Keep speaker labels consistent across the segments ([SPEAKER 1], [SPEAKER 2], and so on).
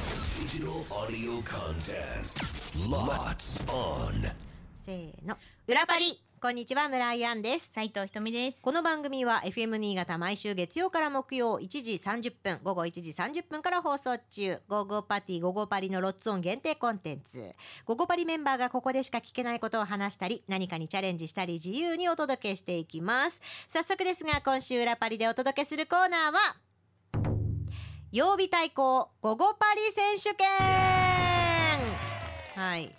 [SPEAKER 1] Digital audio contest. Lots on.
[SPEAKER 2] せーの裏パリこんにちは村井ンです
[SPEAKER 3] 斉藤ひとみです。
[SPEAKER 2] この番組は FM 新潟毎週月曜から木曜1時30分午後1時30分から放送中「ゴーゴーパティーゴーゴーパリ」のロッツオン限定コンテンツ「ゴーゴーパリ」メンバーがここでしか聞けないことを話したり何かにチャレンジしたり自由にお届けしていきます早速ですが今週裏パリでお届けするコーナーは曜日対抗ゴゴパリ選手権はい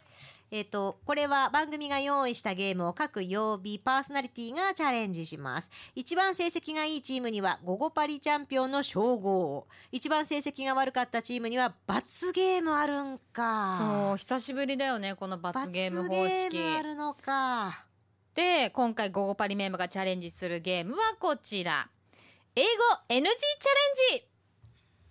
[SPEAKER 2] えっ、とこれは番組が用意したゲームを各曜日パーソナリティがチャレンジします一番成績がいいチームにはゴゴパリチャンピオンの称号を一番成績が悪かったチームには罰ゲームあるんか
[SPEAKER 3] そう久しぶりだよねこの罰ゲーム方
[SPEAKER 2] 罰ゲームあ
[SPEAKER 3] 式
[SPEAKER 2] るのか
[SPEAKER 3] で今回「ゴゴパリ」メンバーがチャレンジするゲームはこちら英語 NG チャレンジ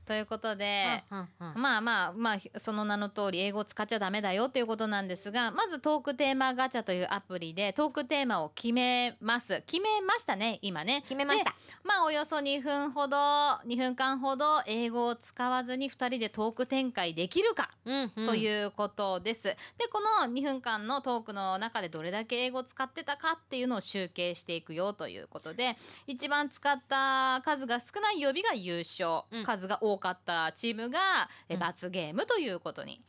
[SPEAKER 3] ということで
[SPEAKER 2] うんうんうん
[SPEAKER 3] まあまあまあひその名の通り英語を使っちゃダメだよということなんですがまずトークテーマガチャというアプリでトークテーマを決めます決めましたね今ね
[SPEAKER 2] 決めました
[SPEAKER 3] まあおよそ2分ほど2分間ほど英語を使わずに2人でトーク展開できるか
[SPEAKER 2] うんうん
[SPEAKER 3] ということです。でこの2分間のトークの中でどれだけ英語を使ってたかっていうのを集計していくよということで一番使った数が少ない曜日が優勝、
[SPEAKER 2] うん
[SPEAKER 3] 数が多かったチームがえ
[SPEAKER 2] うん
[SPEAKER 3] 罰ゲームということに。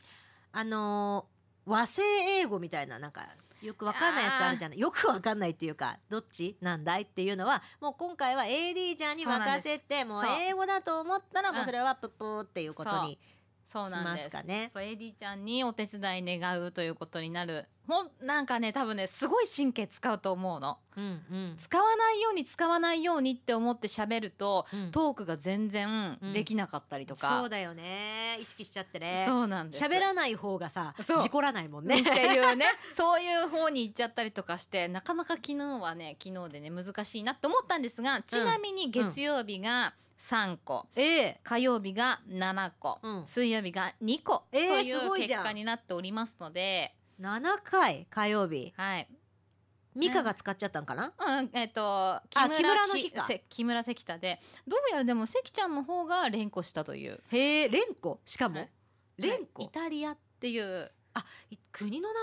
[SPEAKER 2] あのー和製英語みたいななんかよくわかんないやつあるじゃないよくわかんないっていうかどっちなんだいっていうのはもう今回は AD ちゃんに任せてもう
[SPEAKER 3] そう
[SPEAKER 2] 英語だと思ったらもう
[SPEAKER 3] そう
[SPEAKER 2] それはプップーっていうことに
[SPEAKER 3] そうなん
[SPEAKER 2] しま
[SPEAKER 3] で
[SPEAKER 2] す
[SPEAKER 3] す
[SPEAKER 2] かね
[SPEAKER 3] そうエディちゃんにお手伝い願うということになるほんなんかね多分ねすごい神経使うと思うの
[SPEAKER 2] うんうん
[SPEAKER 3] 使わないように使わないようにって思って喋ると
[SPEAKER 2] うん
[SPEAKER 3] トークが全然できなかったりとか、
[SPEAKER 2] そうだよね意識しちゃってね
[SPEAKER 3] そうなんです
[SPEAKER 2] 喋らない方がさ
[SPEAKER 3] そう
[SPEAKER 2] 事故らないもん
[SPEAKER 3] ね、っ
[SPEAKER 2] ね
[SPEAKER 3] ていうね そういう方に行っちゃったりとかしてなかなか昨日はね昨日でね難しいなって思ったんですがちなみに月曜日が3個、
[SPEAKER 2] ええ
[SPEAKER 3] 火曜日が7個、
[SPEAKER 2] うん
[SPEAKER 3] 水曜日が2個と
[SPEAKER 2] えー
[SPEAKER 3] い
[SPEAKER 2] すご
[SPEAKER 3] う
[SPEAKER 2] いじゃ
[SPEAKER 3] 結
[SPEAKER 2] ん
[SPEAKER 3] 果になっておりますので、
[SPEAKER 2] 7回火曜日
[SPEAKER 3] はい、
[SPEAKER 2] ミカが使っちゃったんかな
[SPEAKER 3] うん、えっ、と
[SPEAKER 2] あ木村の日
[SPEAKER 3] き
[SPEAKER 2] か
[SPEAKER 3] せ木村関田でどうやらでも関ちゃんの方が連呼したという
[SPEAKER 2] へえ連呼しか
[SPEAKER 3] は
[SPEAKER 2] も
[SPEAKER 3] い
[SPEAKER 2] 連
[SPEAKER 3] イ
[SPEAKER 2] 呼
[SPEAKER 3] タリアっていう
[SPEAKER 2] い国の名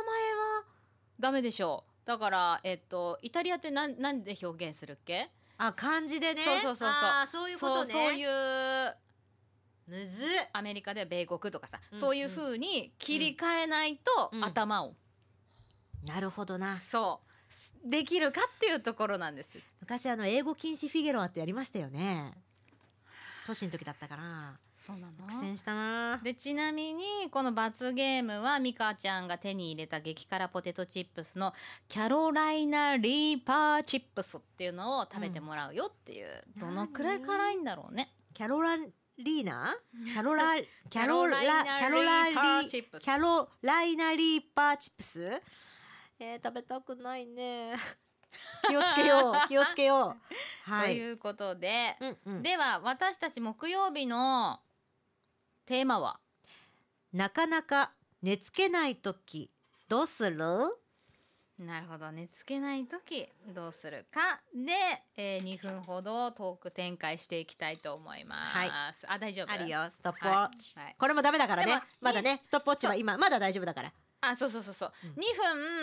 [SPEAKER 3] ダメでしょうだからえっ、とイタリアって何何で表現するっけ
[SPEAKER 2] 前はあ漢字でね
[SPEAKER 3] そうそうそうそう
[SPEAKER 2] あーそういうことね
[SPEAKER 3] そうそういう
[SPEAKER 2] むずっ
[SPEAKER 3] アメリカでは米国とかさ、
[SPEAKER 2] うん
[SPEAKER 3] そういう風に切り替えないと、
[SPEAKER 2] うん
[SPEAKER 3] 頭を、
[SPEAKER 2] なるほどな
[SPEAKER 3] そうすできるかっていうところなんです。
[SPEAKER 2] 昔あの英語禁止フィゲロアってやりましたよね都市の時だったかな
[SPEAKER 3] そうなの
[SPEAKER 2] 苦戦したな
[SPEAKER 3] でちなみにこの罰ゲームはミカちゃんが手に入れた激辛ポテトチップスのキャロライナ・リーパーチップスっていうのを食べてもらうよっていう、
[SPEAKER 2] うん
[SPEAKER 3] どのくらい辛いんだろうね。
[SPEAKER 2] キャロラリー ナキャロラキャロラキ
[SPEAKER 3] キ
[SPEAKER 2] ャ
[SPEAKER 3] ャ
[SPEAKER 2] ロ
[SPEAKER 3] ロ
[SPEAKER 2] ラ
[SPEAKER 3] ラ
[SPEAKER 2] リ
[SPEAKER 3] イナリーパーチップス
[SPEAKER 2] キャロライナリーパーチップスえー、食べたくないね 気をつけよう気をつけよ うは
[SPEAKER 3] と
[SPEAKER 2] い
[SPEAKER 3] いうことで、
[SPEAKER 2] うんうん、
[SPEAKER 3] では私たち木曜日のテーマは
[SPEAKER 2] なかなか寝つけない時どうする
[SPEAKER 3] なるほど寝つけない時どうするかで、えー、2分ほどトーク展開していきたいと思います。
[SPEAKER 2] はい
[SPEAKER 3] あ大丈夫
[SPEAKER 2] あるよストップウォ
[SPEAKER 3] は
[SPEAKER 2] ッチ、
[SPEAKER 3] いはい
[SPEAKER 2] これもダメだから
[SPEAKER 3] で
[SPEAKER 2] ね
[SPEAKER 3] も
[SPEAKER 2] まだねストップウォッチは
[SPEAKER 3] そう
[SPEAKER 2] 今まだ大丈夫だから
[SPEAKER 3] あそうそうそうそう、
[SPEAKER 2] うん
[SPEAKER 3] 2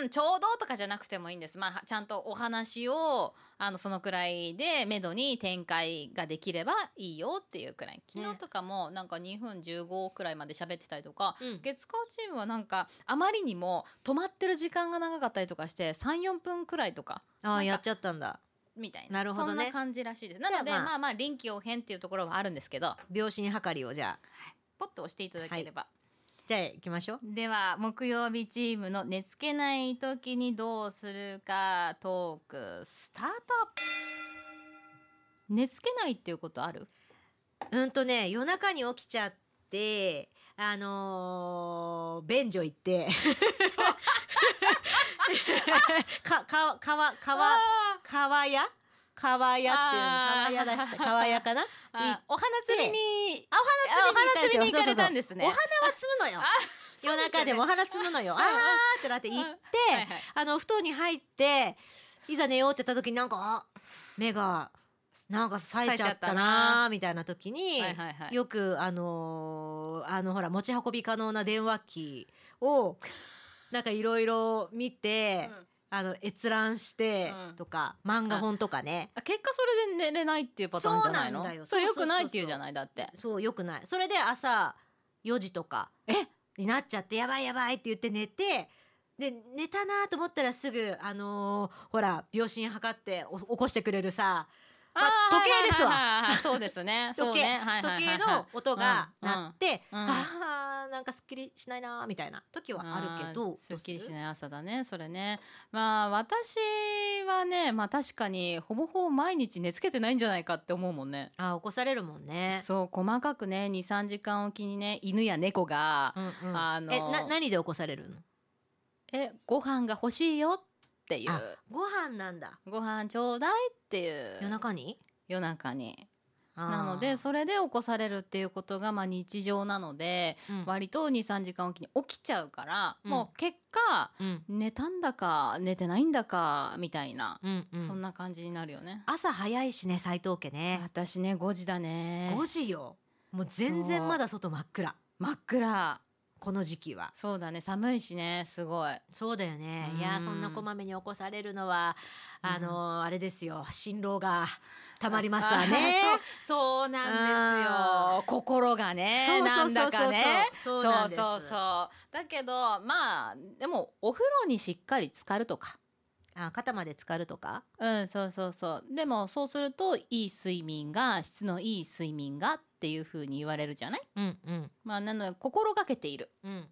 [SPEAKER 3] 分ちょうどとかじゃなくてもいいんです、まあ、ちゃんとお話をあのそのくらいで目処に展開ができればいいよっていうくらい昨日とかもなんか2分15くらいまで喋ってたりとか、
[SPEAKER 2] うん
[SPEAKER 3] 月火チームはなんかあまりにも止まってる時間が長かったりとかして34分くらいとか
[SPEAKER 2] あ
[SPEAKER 3] な
[SPEAKER 2] あ
[SPEAKER 3] んか
[SPEAKER 2] やっちゃったんだ
[SPEAKER 3] みたいな
[SPEAKER 2] なるほどね
[SPEAKER 3] そんな感じらしいですなので
[SPEAKER 2] じゃあまあ
[SPEAKER 3] まあまあ臨機応変っていうところはあるんですけど
[SPEAKER 2] 秒針測りをじゃあ
[SPEAKER 3] ポッと押していただければ、
[SPEAKER 2] じゃあ行きましょう
[SPEAKER 3] では木曜日チームの寝つけない時にどうするかトークスタート寝つけないっていうことある
[SPEAKER 2] うんとね夜中に起きちゃってあのー、便所行って かか川川川屋川屋っていうの
[SPEAKER 3] あ
[SPEAKER 2] 川
[SPEAKER 3] ー
[SPEAKER 2] 屋だした川屋かな
[SPEAKER 3] あお花釣りに
[SPEAKER 2] あお花釣りに行ったんですよ
[SPEAKER 3] あお花釣りに行かれたんですね
[SPEAKER 2] お花は摘むのよ
[SPEAKER 3] あ
[SPEAKER 2] 夜
[SPEAKER 3] そうですよね
[SPEAKER 2] 中でもお花摘むのよあ
[SPEAKER 3] んう
[SPEAKER 2] ー
[SPEAKER 3] ん
[SPEAKER 2] ってなって行って、
[SPEAKER 3] はいはい
[SPEAKER 2] あの布団に入っていざ寝ようって言った時になんかあ目がなんか冴えちゃったなーみたいな時に、
[SPEAKER 3] はいはいはい
[SPEAKER 2] よくあのーあのほら持ち運び可能な電話機 をなんかいろいろ見て、あの閲覧して
[SPEAKER 3] うん
[SPEAKER 2] とか、漫画本とかね
[SPEAKER 3] あ結果それで寝れないっていうパターンじゃないの
[SPEAKER 2] そうなんだよ
[SPEAKER 3] それ
[SPEAKER 2] そ
[SPEAKER 3] 良
[SPEAKER 2] うそうそうそう
[SPEAKER 3] くないっていうじゃないだって
[SPEAKER 2] そうよくないそれで朝4時とか
[SPEAKER 3] え
[SPEAKER 2] になっちゃってやばいやばいって言って寝てで寝たなと思ったらすぐあのーほら秒針測ってお起こしてくれるさまあ
[SPEAKER 3] ー
[SPEAKER 2] 時計ですわ
[SPEAKER 3] はいはいはいはいそうですね
[SPEAKER 2] 時計、
[SPEAKER 3] そうねはいはいはい
[SPEAKER 2] 時
[SPEAKER 3] はい
[SPEAKER 2] 計の音が
[SPEAKER 3] うん
[SPEAKER 2] 鳴って、
[SPEAKER 3] うん
[SPEAKER 2] あーなんかすっきりしないなーみたいな時はあるけど
[SPEAKER 3] ーすっきりし
[SPEAKER 2] い
[SPEAKER 3] ない朝だねそれねまあ私はねまあ確かにほぼほぼ毎日寝つけてないんじゃないかって思うもんね
[SPEAKER 2] あー起こされるもんね
[SPEAKER 3] そう細かくね23時間おきにね犬や猫が
[SPEAKER 2] うんうん
[SPEAKER 3] あのー
[SPEAKER 2] えな何で起こされるの
[SPEAKER 3] 「えご飯が欲しいよ」ってい
[SPEAKER 2] あ
[SPEAKER 3] う
[SPEAKER 2] ご飯なんだ
[SPEAKER 3] 「ご飯ちょうだい」っていう
[SPEAKER 2] 夜中に
[SPEAKER 3] 夜中にな
[SPEAKER 2] な
[SPEAKER 3] のでそれで起こされるっていうことがまあ日常なので
[SPEAKER 2] うん
[SPEAKER 3] 割と23時間おきに起きちゃうから
[SPEAKER 2] うん
[SPEAKER 3] もう結果
[SPEAKER 2] うん
[SPEAKER 3] 寝たんだか寝てないんだかみたいな
[SPEAKER 2] うんうん
[SPEAKER 3] そんな感じになるよね。
[SPEAKER 2] 朝早いしね斉藤家ね
[SPEAKER 3] 私ね5時だね
[SPEAKER 2] 5時よもう全然まだ外真っ暗
[SPEAKER 3] 真っ暗
[SPEAKER 2] この時期は
[SPEAKER 3] そうだね寒いしねすごい
[SPEAKER 2] そうだよね
[SPEAKER 3] うん
[SPEAKER 2] いやーそんなこまめに起こされるのはあのーあれですよ辛労がたまりますわね
[SPEAKER 3] あそう そうなんですよ心がね
[SPEAKER 2] そうそ
[SPEAKER 3] な
[SPEAKER 2] うんそう
[SPEAKER 3] だ
[SPEAKER 2] そ
[SPEAKER 3] か
[SPEAKER 2] う
[SPEAKER 3] ね
[SPEAKER 2] そう
[SPEAKER 3] そ
[SPEAKER 2] そう
[SPEAKER 3] う
[SPEAKER 2] なん
[SPEAKER 3] そう
[SPEAKER 2] です
[SPEAKER 3] そうだけどまあでもお風呂にしっかり浸かるとか
[SPEAKER 2] あ肩まで浸かるとか
[SPEAKER 3] うんそうそうそうでもそうするといい睡眠が質のいい睡眠がっていう風に言われるじゃない
[SPEAKER 2] うんうん
[SPEAKER 3] まあなので心がけている
[SPEAKER 2] うん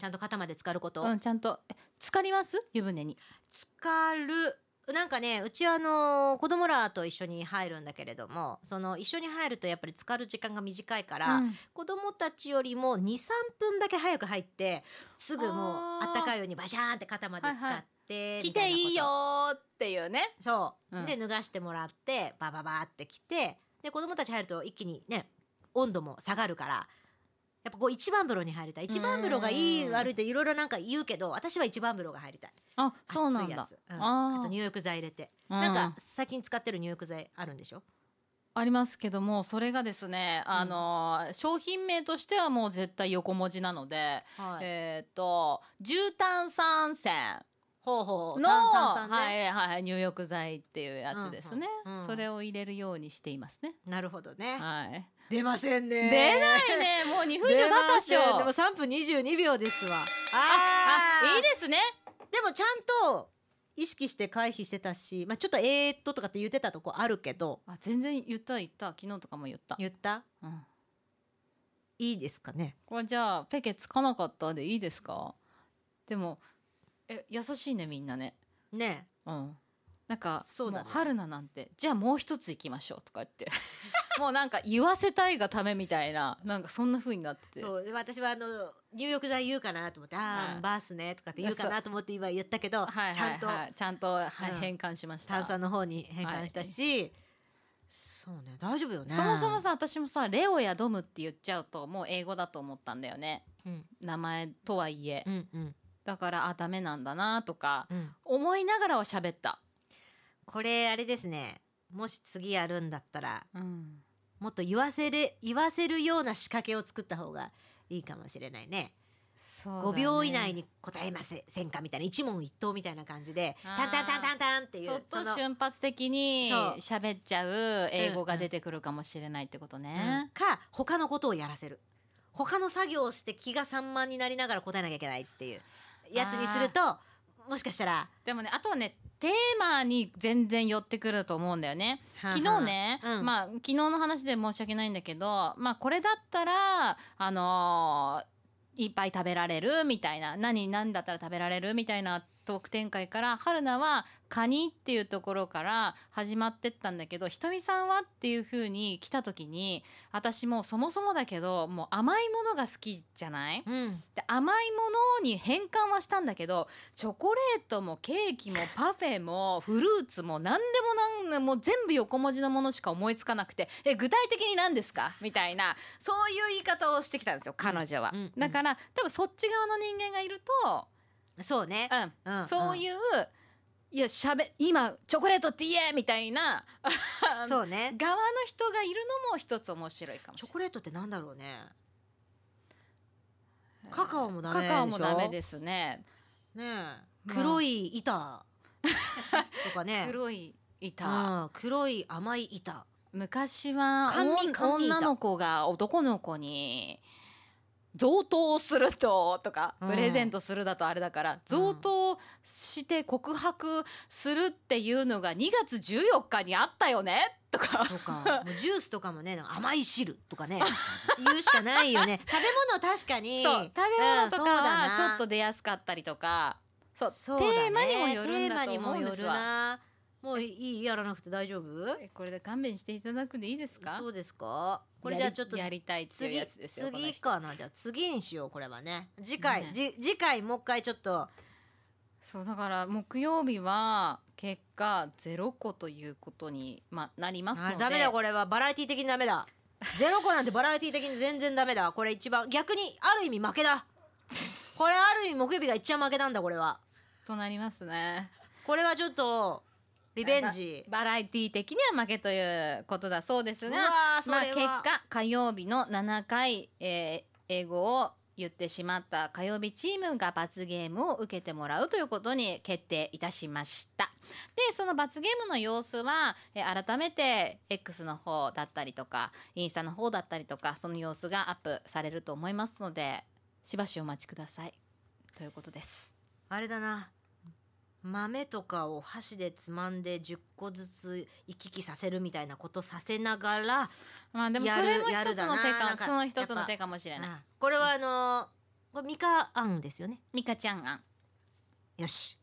[SPEAKER 2] ちゃんと肩まで浸かること、
[SPEAKER 3] うんちゃんとえ浸かります湯船に
[SPEAKER 2] 浸かるなんかねうちはあのー子供らと一緒に入るんだけれどもその一緒に入るとやっぱり浸かる時間が短いから、
[SPEAKER 3] うん
[SPEAKER 2] 子供たちよりも23分だけ早く入ってすぐもう
[SPEAKER 3] あー
[SPEAKER 2] あったかいようにバシャーンって肩まで使って
[SPEAKER 3] 来
[SPEAKER 2] みた
[SPEAKER 3] て
[SPEAKER 2] なこと、
[SPEAKER 3] いいよーっていうね
[SPEAKER 2] そう、
[SPEAKER 3] うん
[SPEAKER 2] で脱がしてもらってバババーって来てで子供たち入ると一気にね温度も下がるからやっぱこう一番風呂に入りたい一番風呂がいい
[SPEAKER 3] うん
[SPEAKER 2] 悪いっていろいろなんか言うけど私は一番風呂が入りたい
[SPEAKER 3] あそうなんだ
[SPEAKER 2] 熱いやつ、うん
[SPEAKER 3] あー
[SPEAKER 2] あと入浴剤入れて、
[SPEAKER 3] うん
[SPEAKER 2] なんか最近使ってる入浴剤あるんでしょ
[SPEAKER 3] ありますけどもそれがですね、あのー商品名としてはもう絶対横文字なので、
[SPEAKER 2] は
[SPEAKER 3] えーっ、と重炭酸泉
[SPEAKER 2] ほうほう
[SPEAKER 3] の、
[SPEAKER 2] 炭炭酸ね、
[SPEAKER 3] はいはいはい入浴剤っていうやつですね、
[SPEAKER 2] うんうんうん
[SPEAKER 3] それを入れるようにしていますね、
[SPEAKER 2] なるほどね
[SPEAKER 3] はい
[SPEAKER 2] 出ませんね
[SPEAKER 3] 出ないねもう2分以上経ったっしょ
[SPEAKER 2] 出ませんでも3分22秒ですわ
[SPEAKER 3] あ
[SPEAKER 2] ー
[SPEAKER 3] いいですね
[SPEAKER 2] でもちゃんと意識して回避してたし、まあ、ちょっとえーっととかって言ってたとこあるけど
[SPEAKER 3] あ全然言った言った昨日とかも言った、
[SPEAKER 2] 言った
[SPEAKER 3] うん、
[SPEAKER 2] いいですかね
[SPEAKER 3] これじゃあペケつかなかったでいいですかでもえ優しいねみんなね
[SPEAKER 2] ね
[SPEAKER 3] うん、なんか
[SPEAKER 2] そうだね
[SPEAKER 3] もう春菜なんてじゃあもう一つ行きましょうとか言って もうなんか言わせたいがためみたいななんかそんな風になって
[SPEAKER 2] え
[SPEAKER 3] て
[SPEAKER 2] そう私はあの入浴剤言うかなと思って「あ
[SPEAKER 3] はい
[SPEAKER 2] あバースね」とかって言うかなと思って今言ったけど、
[SPEAKER 3] はい
[SPEAKER 2] ちゃ
[SPEAKER 3] は
[SPEAKER 2] ん
[SPEAKER 3] い
[SPEAKER 2] と
[SPEAKER 3] はいちゃんと、はい
[SPEAKER 2] うん
[SPEAKER 3] 変換しました
[SPEAKER 2] 炭酸の方に変換したし、そうね大丈夫よね
[SPEAKER 3] そもそもさ私もさレオやドムって言っちゃうともう英語だと思ったんだよね
[SPEAKER 2] うん
[SPEAKER 3] 名前とはいえ、
[SPEAKER 2] うんうん
[SPEAKER 3] だからあダメなんだなとか
[SPEAKER 2] うん
[SPEAKER 3] 思いながらは喋った、
[SPEAKER 2] これあれですねもし次やるんだったら
[SPEAKER 3] うん、
[SPEAKER 2] もっと言わせれ言わせるような仕掛けを作った方がいいかもしれないね。
[SPEAKER 3] そうだね
[SPEAKER 2] 5秒以内に答えませんかみたいな一問一答みたいな感じで
[SPEAKER 3] あー
[SPEAKER 2] タンタンタンタンタンっていう
[SPEAKER 3] そっ
[SPEAKER 2] そ
[SPEAKER 3] と
[SPEAKER 2] の
[SPEAKER 3] 瞬発的に
[SPEAKER 2] そう
[SPEAKER 3] 喋っちゃう英語が出てくるかもしれないってこと
[SPEAKER 2] うん
[SPEAKER 3] ね。
[SPEAKER 2] か他のことをやらせる他の作業をして気が散漫になりながら答えなきゃいけないっていうやつにするともしかしたら
[SPEAKER 3] でもねあとはねテーマに全然寄ってくると思うんだよね。昨日ね、
[SPEAKER 2] うん
[SPEAKER 3] まあ昨日の話で申し訳ないんだけど、まあこれだったらあのーいっぱい食べられるみたいな何何だったら食べられるみたいなトーク展開から春菜はカニっていうところから始まってったんだけどひとみさんはっていう風に来た時に私もうそもそもだけどもう甘いものが好きじゃない
[SPEAKER 2] うん
[SPEAKER 3] で甘いものに変換はしたんだけどチョコレートもケーキもパフェもフルーツも何でもなんもう全部横文字のものしか思いつかなくてえ具体的に何ですかみたいなそういう言い方をしてきたんですよ彼女は、
[SPEAKER 2] うんうん
[SPEAKER 3] だから多分そっち側の人間がいると、
[SPEAKER 2] そうね、
[SPEAKER 3] うん
[SPEAKER 2] うん
[SPEAKER 3] そういういやしゃべ今チョコレートって言えみたいなう
[SPEAKER 2] そうね
[SPEAKER 3] 側の人がいるのも一つ面白いかもし
[SPEAKER 2] チ
[SPEAKER 3] れ
[SPEAKER 2] ョコレートってなんだろうね
[SPEAKER 3] ない
[SPEAKER 2] カカオもダメでしょ
[SPEAKER 3] カカオもダメですね
[SPEAKER 2] ねえ
[SPEAKER 3] うん
[SPEAKER 2] 黒い板とかね
[SPEAKER 3] 黒い板、
[SPEAKER 2] うん黒い甘い板
[SPEAKER 3] 昔は
[SPEAKER 2] 甘味
[SPEAKER 3] おん
[SPEAKER 2] 甘味だ
[SPEAKER 3] 女の子が男の子に贈答するととか
[SPEAKER 2] うん
[SPEAKER 3] プレゼントするだとあれだから、贈答して告白するっていうのが2月14日にあったよねとか
[SPEAKER 2] とか もうジュースとかもねなんか甘い汁とかね言うしかないよね食べ物確かに
[SPEAKER 3] そう食べ物とか
[SPEAKER 2] うんそうだ
[SPEAKER 3] は
[SPEAKER 2] な
[SPEAKER 3] ちょっと出やすかったりとか、そう
[SPEAKER 2] そう
[SPEAKER 3] テ
[SPEAKER 2] だね
[SPEAKER 3] ーマにもよるんだと思うんで
[SPEAKER 2] テーマにも
[SPEAKER 3] すわ
[SPEAKER 2] よるなもういいやらなくて大丈夫
[SPEAKER 3] えこれで勘弁していただくでいいですか
[SPEAKER 2] そうですかこれじゃあちょっと
[SPEAKER 3] やりやりたいっていう
[SPEAKER 2] 次
[SPEAKER 3] やつですよこの
[SPEAKER 2] 次
[SPEAKER 3] 人
[SPEAKER 2] かなじゃあ次にしようこれはね次回、
[SPEAKER 3] ね
[SPEAKER 2] じ次回もう一回ちょっと
[SPEAKER 3] そうだから木曜日は結果ゼロ個ということに、まあ、なりますので
[SPEAKER 2] あダメだこれはバラエティ的にダメだゼロ個なんてバラエティ的に全然ダメだこれ一番逆にある意味負けだこれある意味木曜日が一番負けなんだこれは
[SPEAKER 3] となりますね
[SPEAKER 2] これはちょっとリベンジ
[SPEAKER 3] ババラエティ的には負けということだそうですが
[SPEAKER 2] うわーそれ
[SPEAKER 3] まあ、
[SPEAKER 2] は
[SPEAKER 3] 結果火曜日の7回、えー英語を言ってしまった火曜日チームが罰ゲームを受けてもらうということに決定いたしましたでその罰ゲームの様子は、えー改めて X の方だったりとかインスタの方だったりとかその様子がアップされると思いますのでしばしお待ちくださいということです
[SPEAKER 2] あれだな豆とかを箸でつまんで10個ずつ行き来させるみたいなことさせながら
[SPEAKER 3] まあでも
[SPEAKER 2] や
[SPEAKER 3] そ
[SPEAKER 2] る
[SPEAKER 3] れも
[SPEAKER 2] や
[SPEAKER 3] 一
[SPEAKER 2] る
[SPEAKER 3] つ
[SPEAKER 2] だ
[SPEAKER 3] の
[SPEAKER 2] な
[SPEAKER 3] 手
[SPEAKER 2] なん
[SPEAKER 3] か
[SPEAKER 2] か
[SPEAKER 3] その一つ
[SPEAKER 2] やっ
[SPEAKER 3] の
[SPEAKER 2] ぱ
[SPEAKER 3] 手かもしれない
[SPEAKER 2] あこれはあのーこれミカアンですよね
[SPEAKER 3] ミカちゃん案
[SPEAKER 2] よし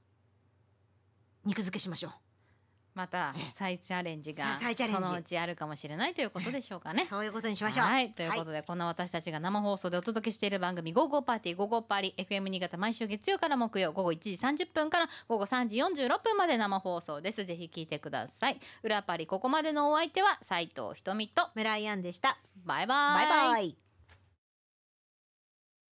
[SPEAKER 2] 肉漬けしましょ
[SPEAKER 3] また再チャレンジが
[SPEAKER 2] さ再チャレンジ
[SPEAKER 3] そのうちあるかもしれないということでしょうか
[SPEAKER 2] う、
[SPEAKER 3] ね。
[SPEAKER 2] そういうことにしましょう
[SPEAKER 3] はいということで、こんな私たちが生放送でお届けしている番組「午後パーティー午後パリ FM 新潟」毎週月曜から木曜午後1時30分から午後3時46分まで生放送ですぜひ聞いてください裏パリここまでのお相手は斉藤ひとみと
[SPEAKER 2] メライアンでした
[SPEAKER 3] バイバ
[SPEAKER 2] バイバイ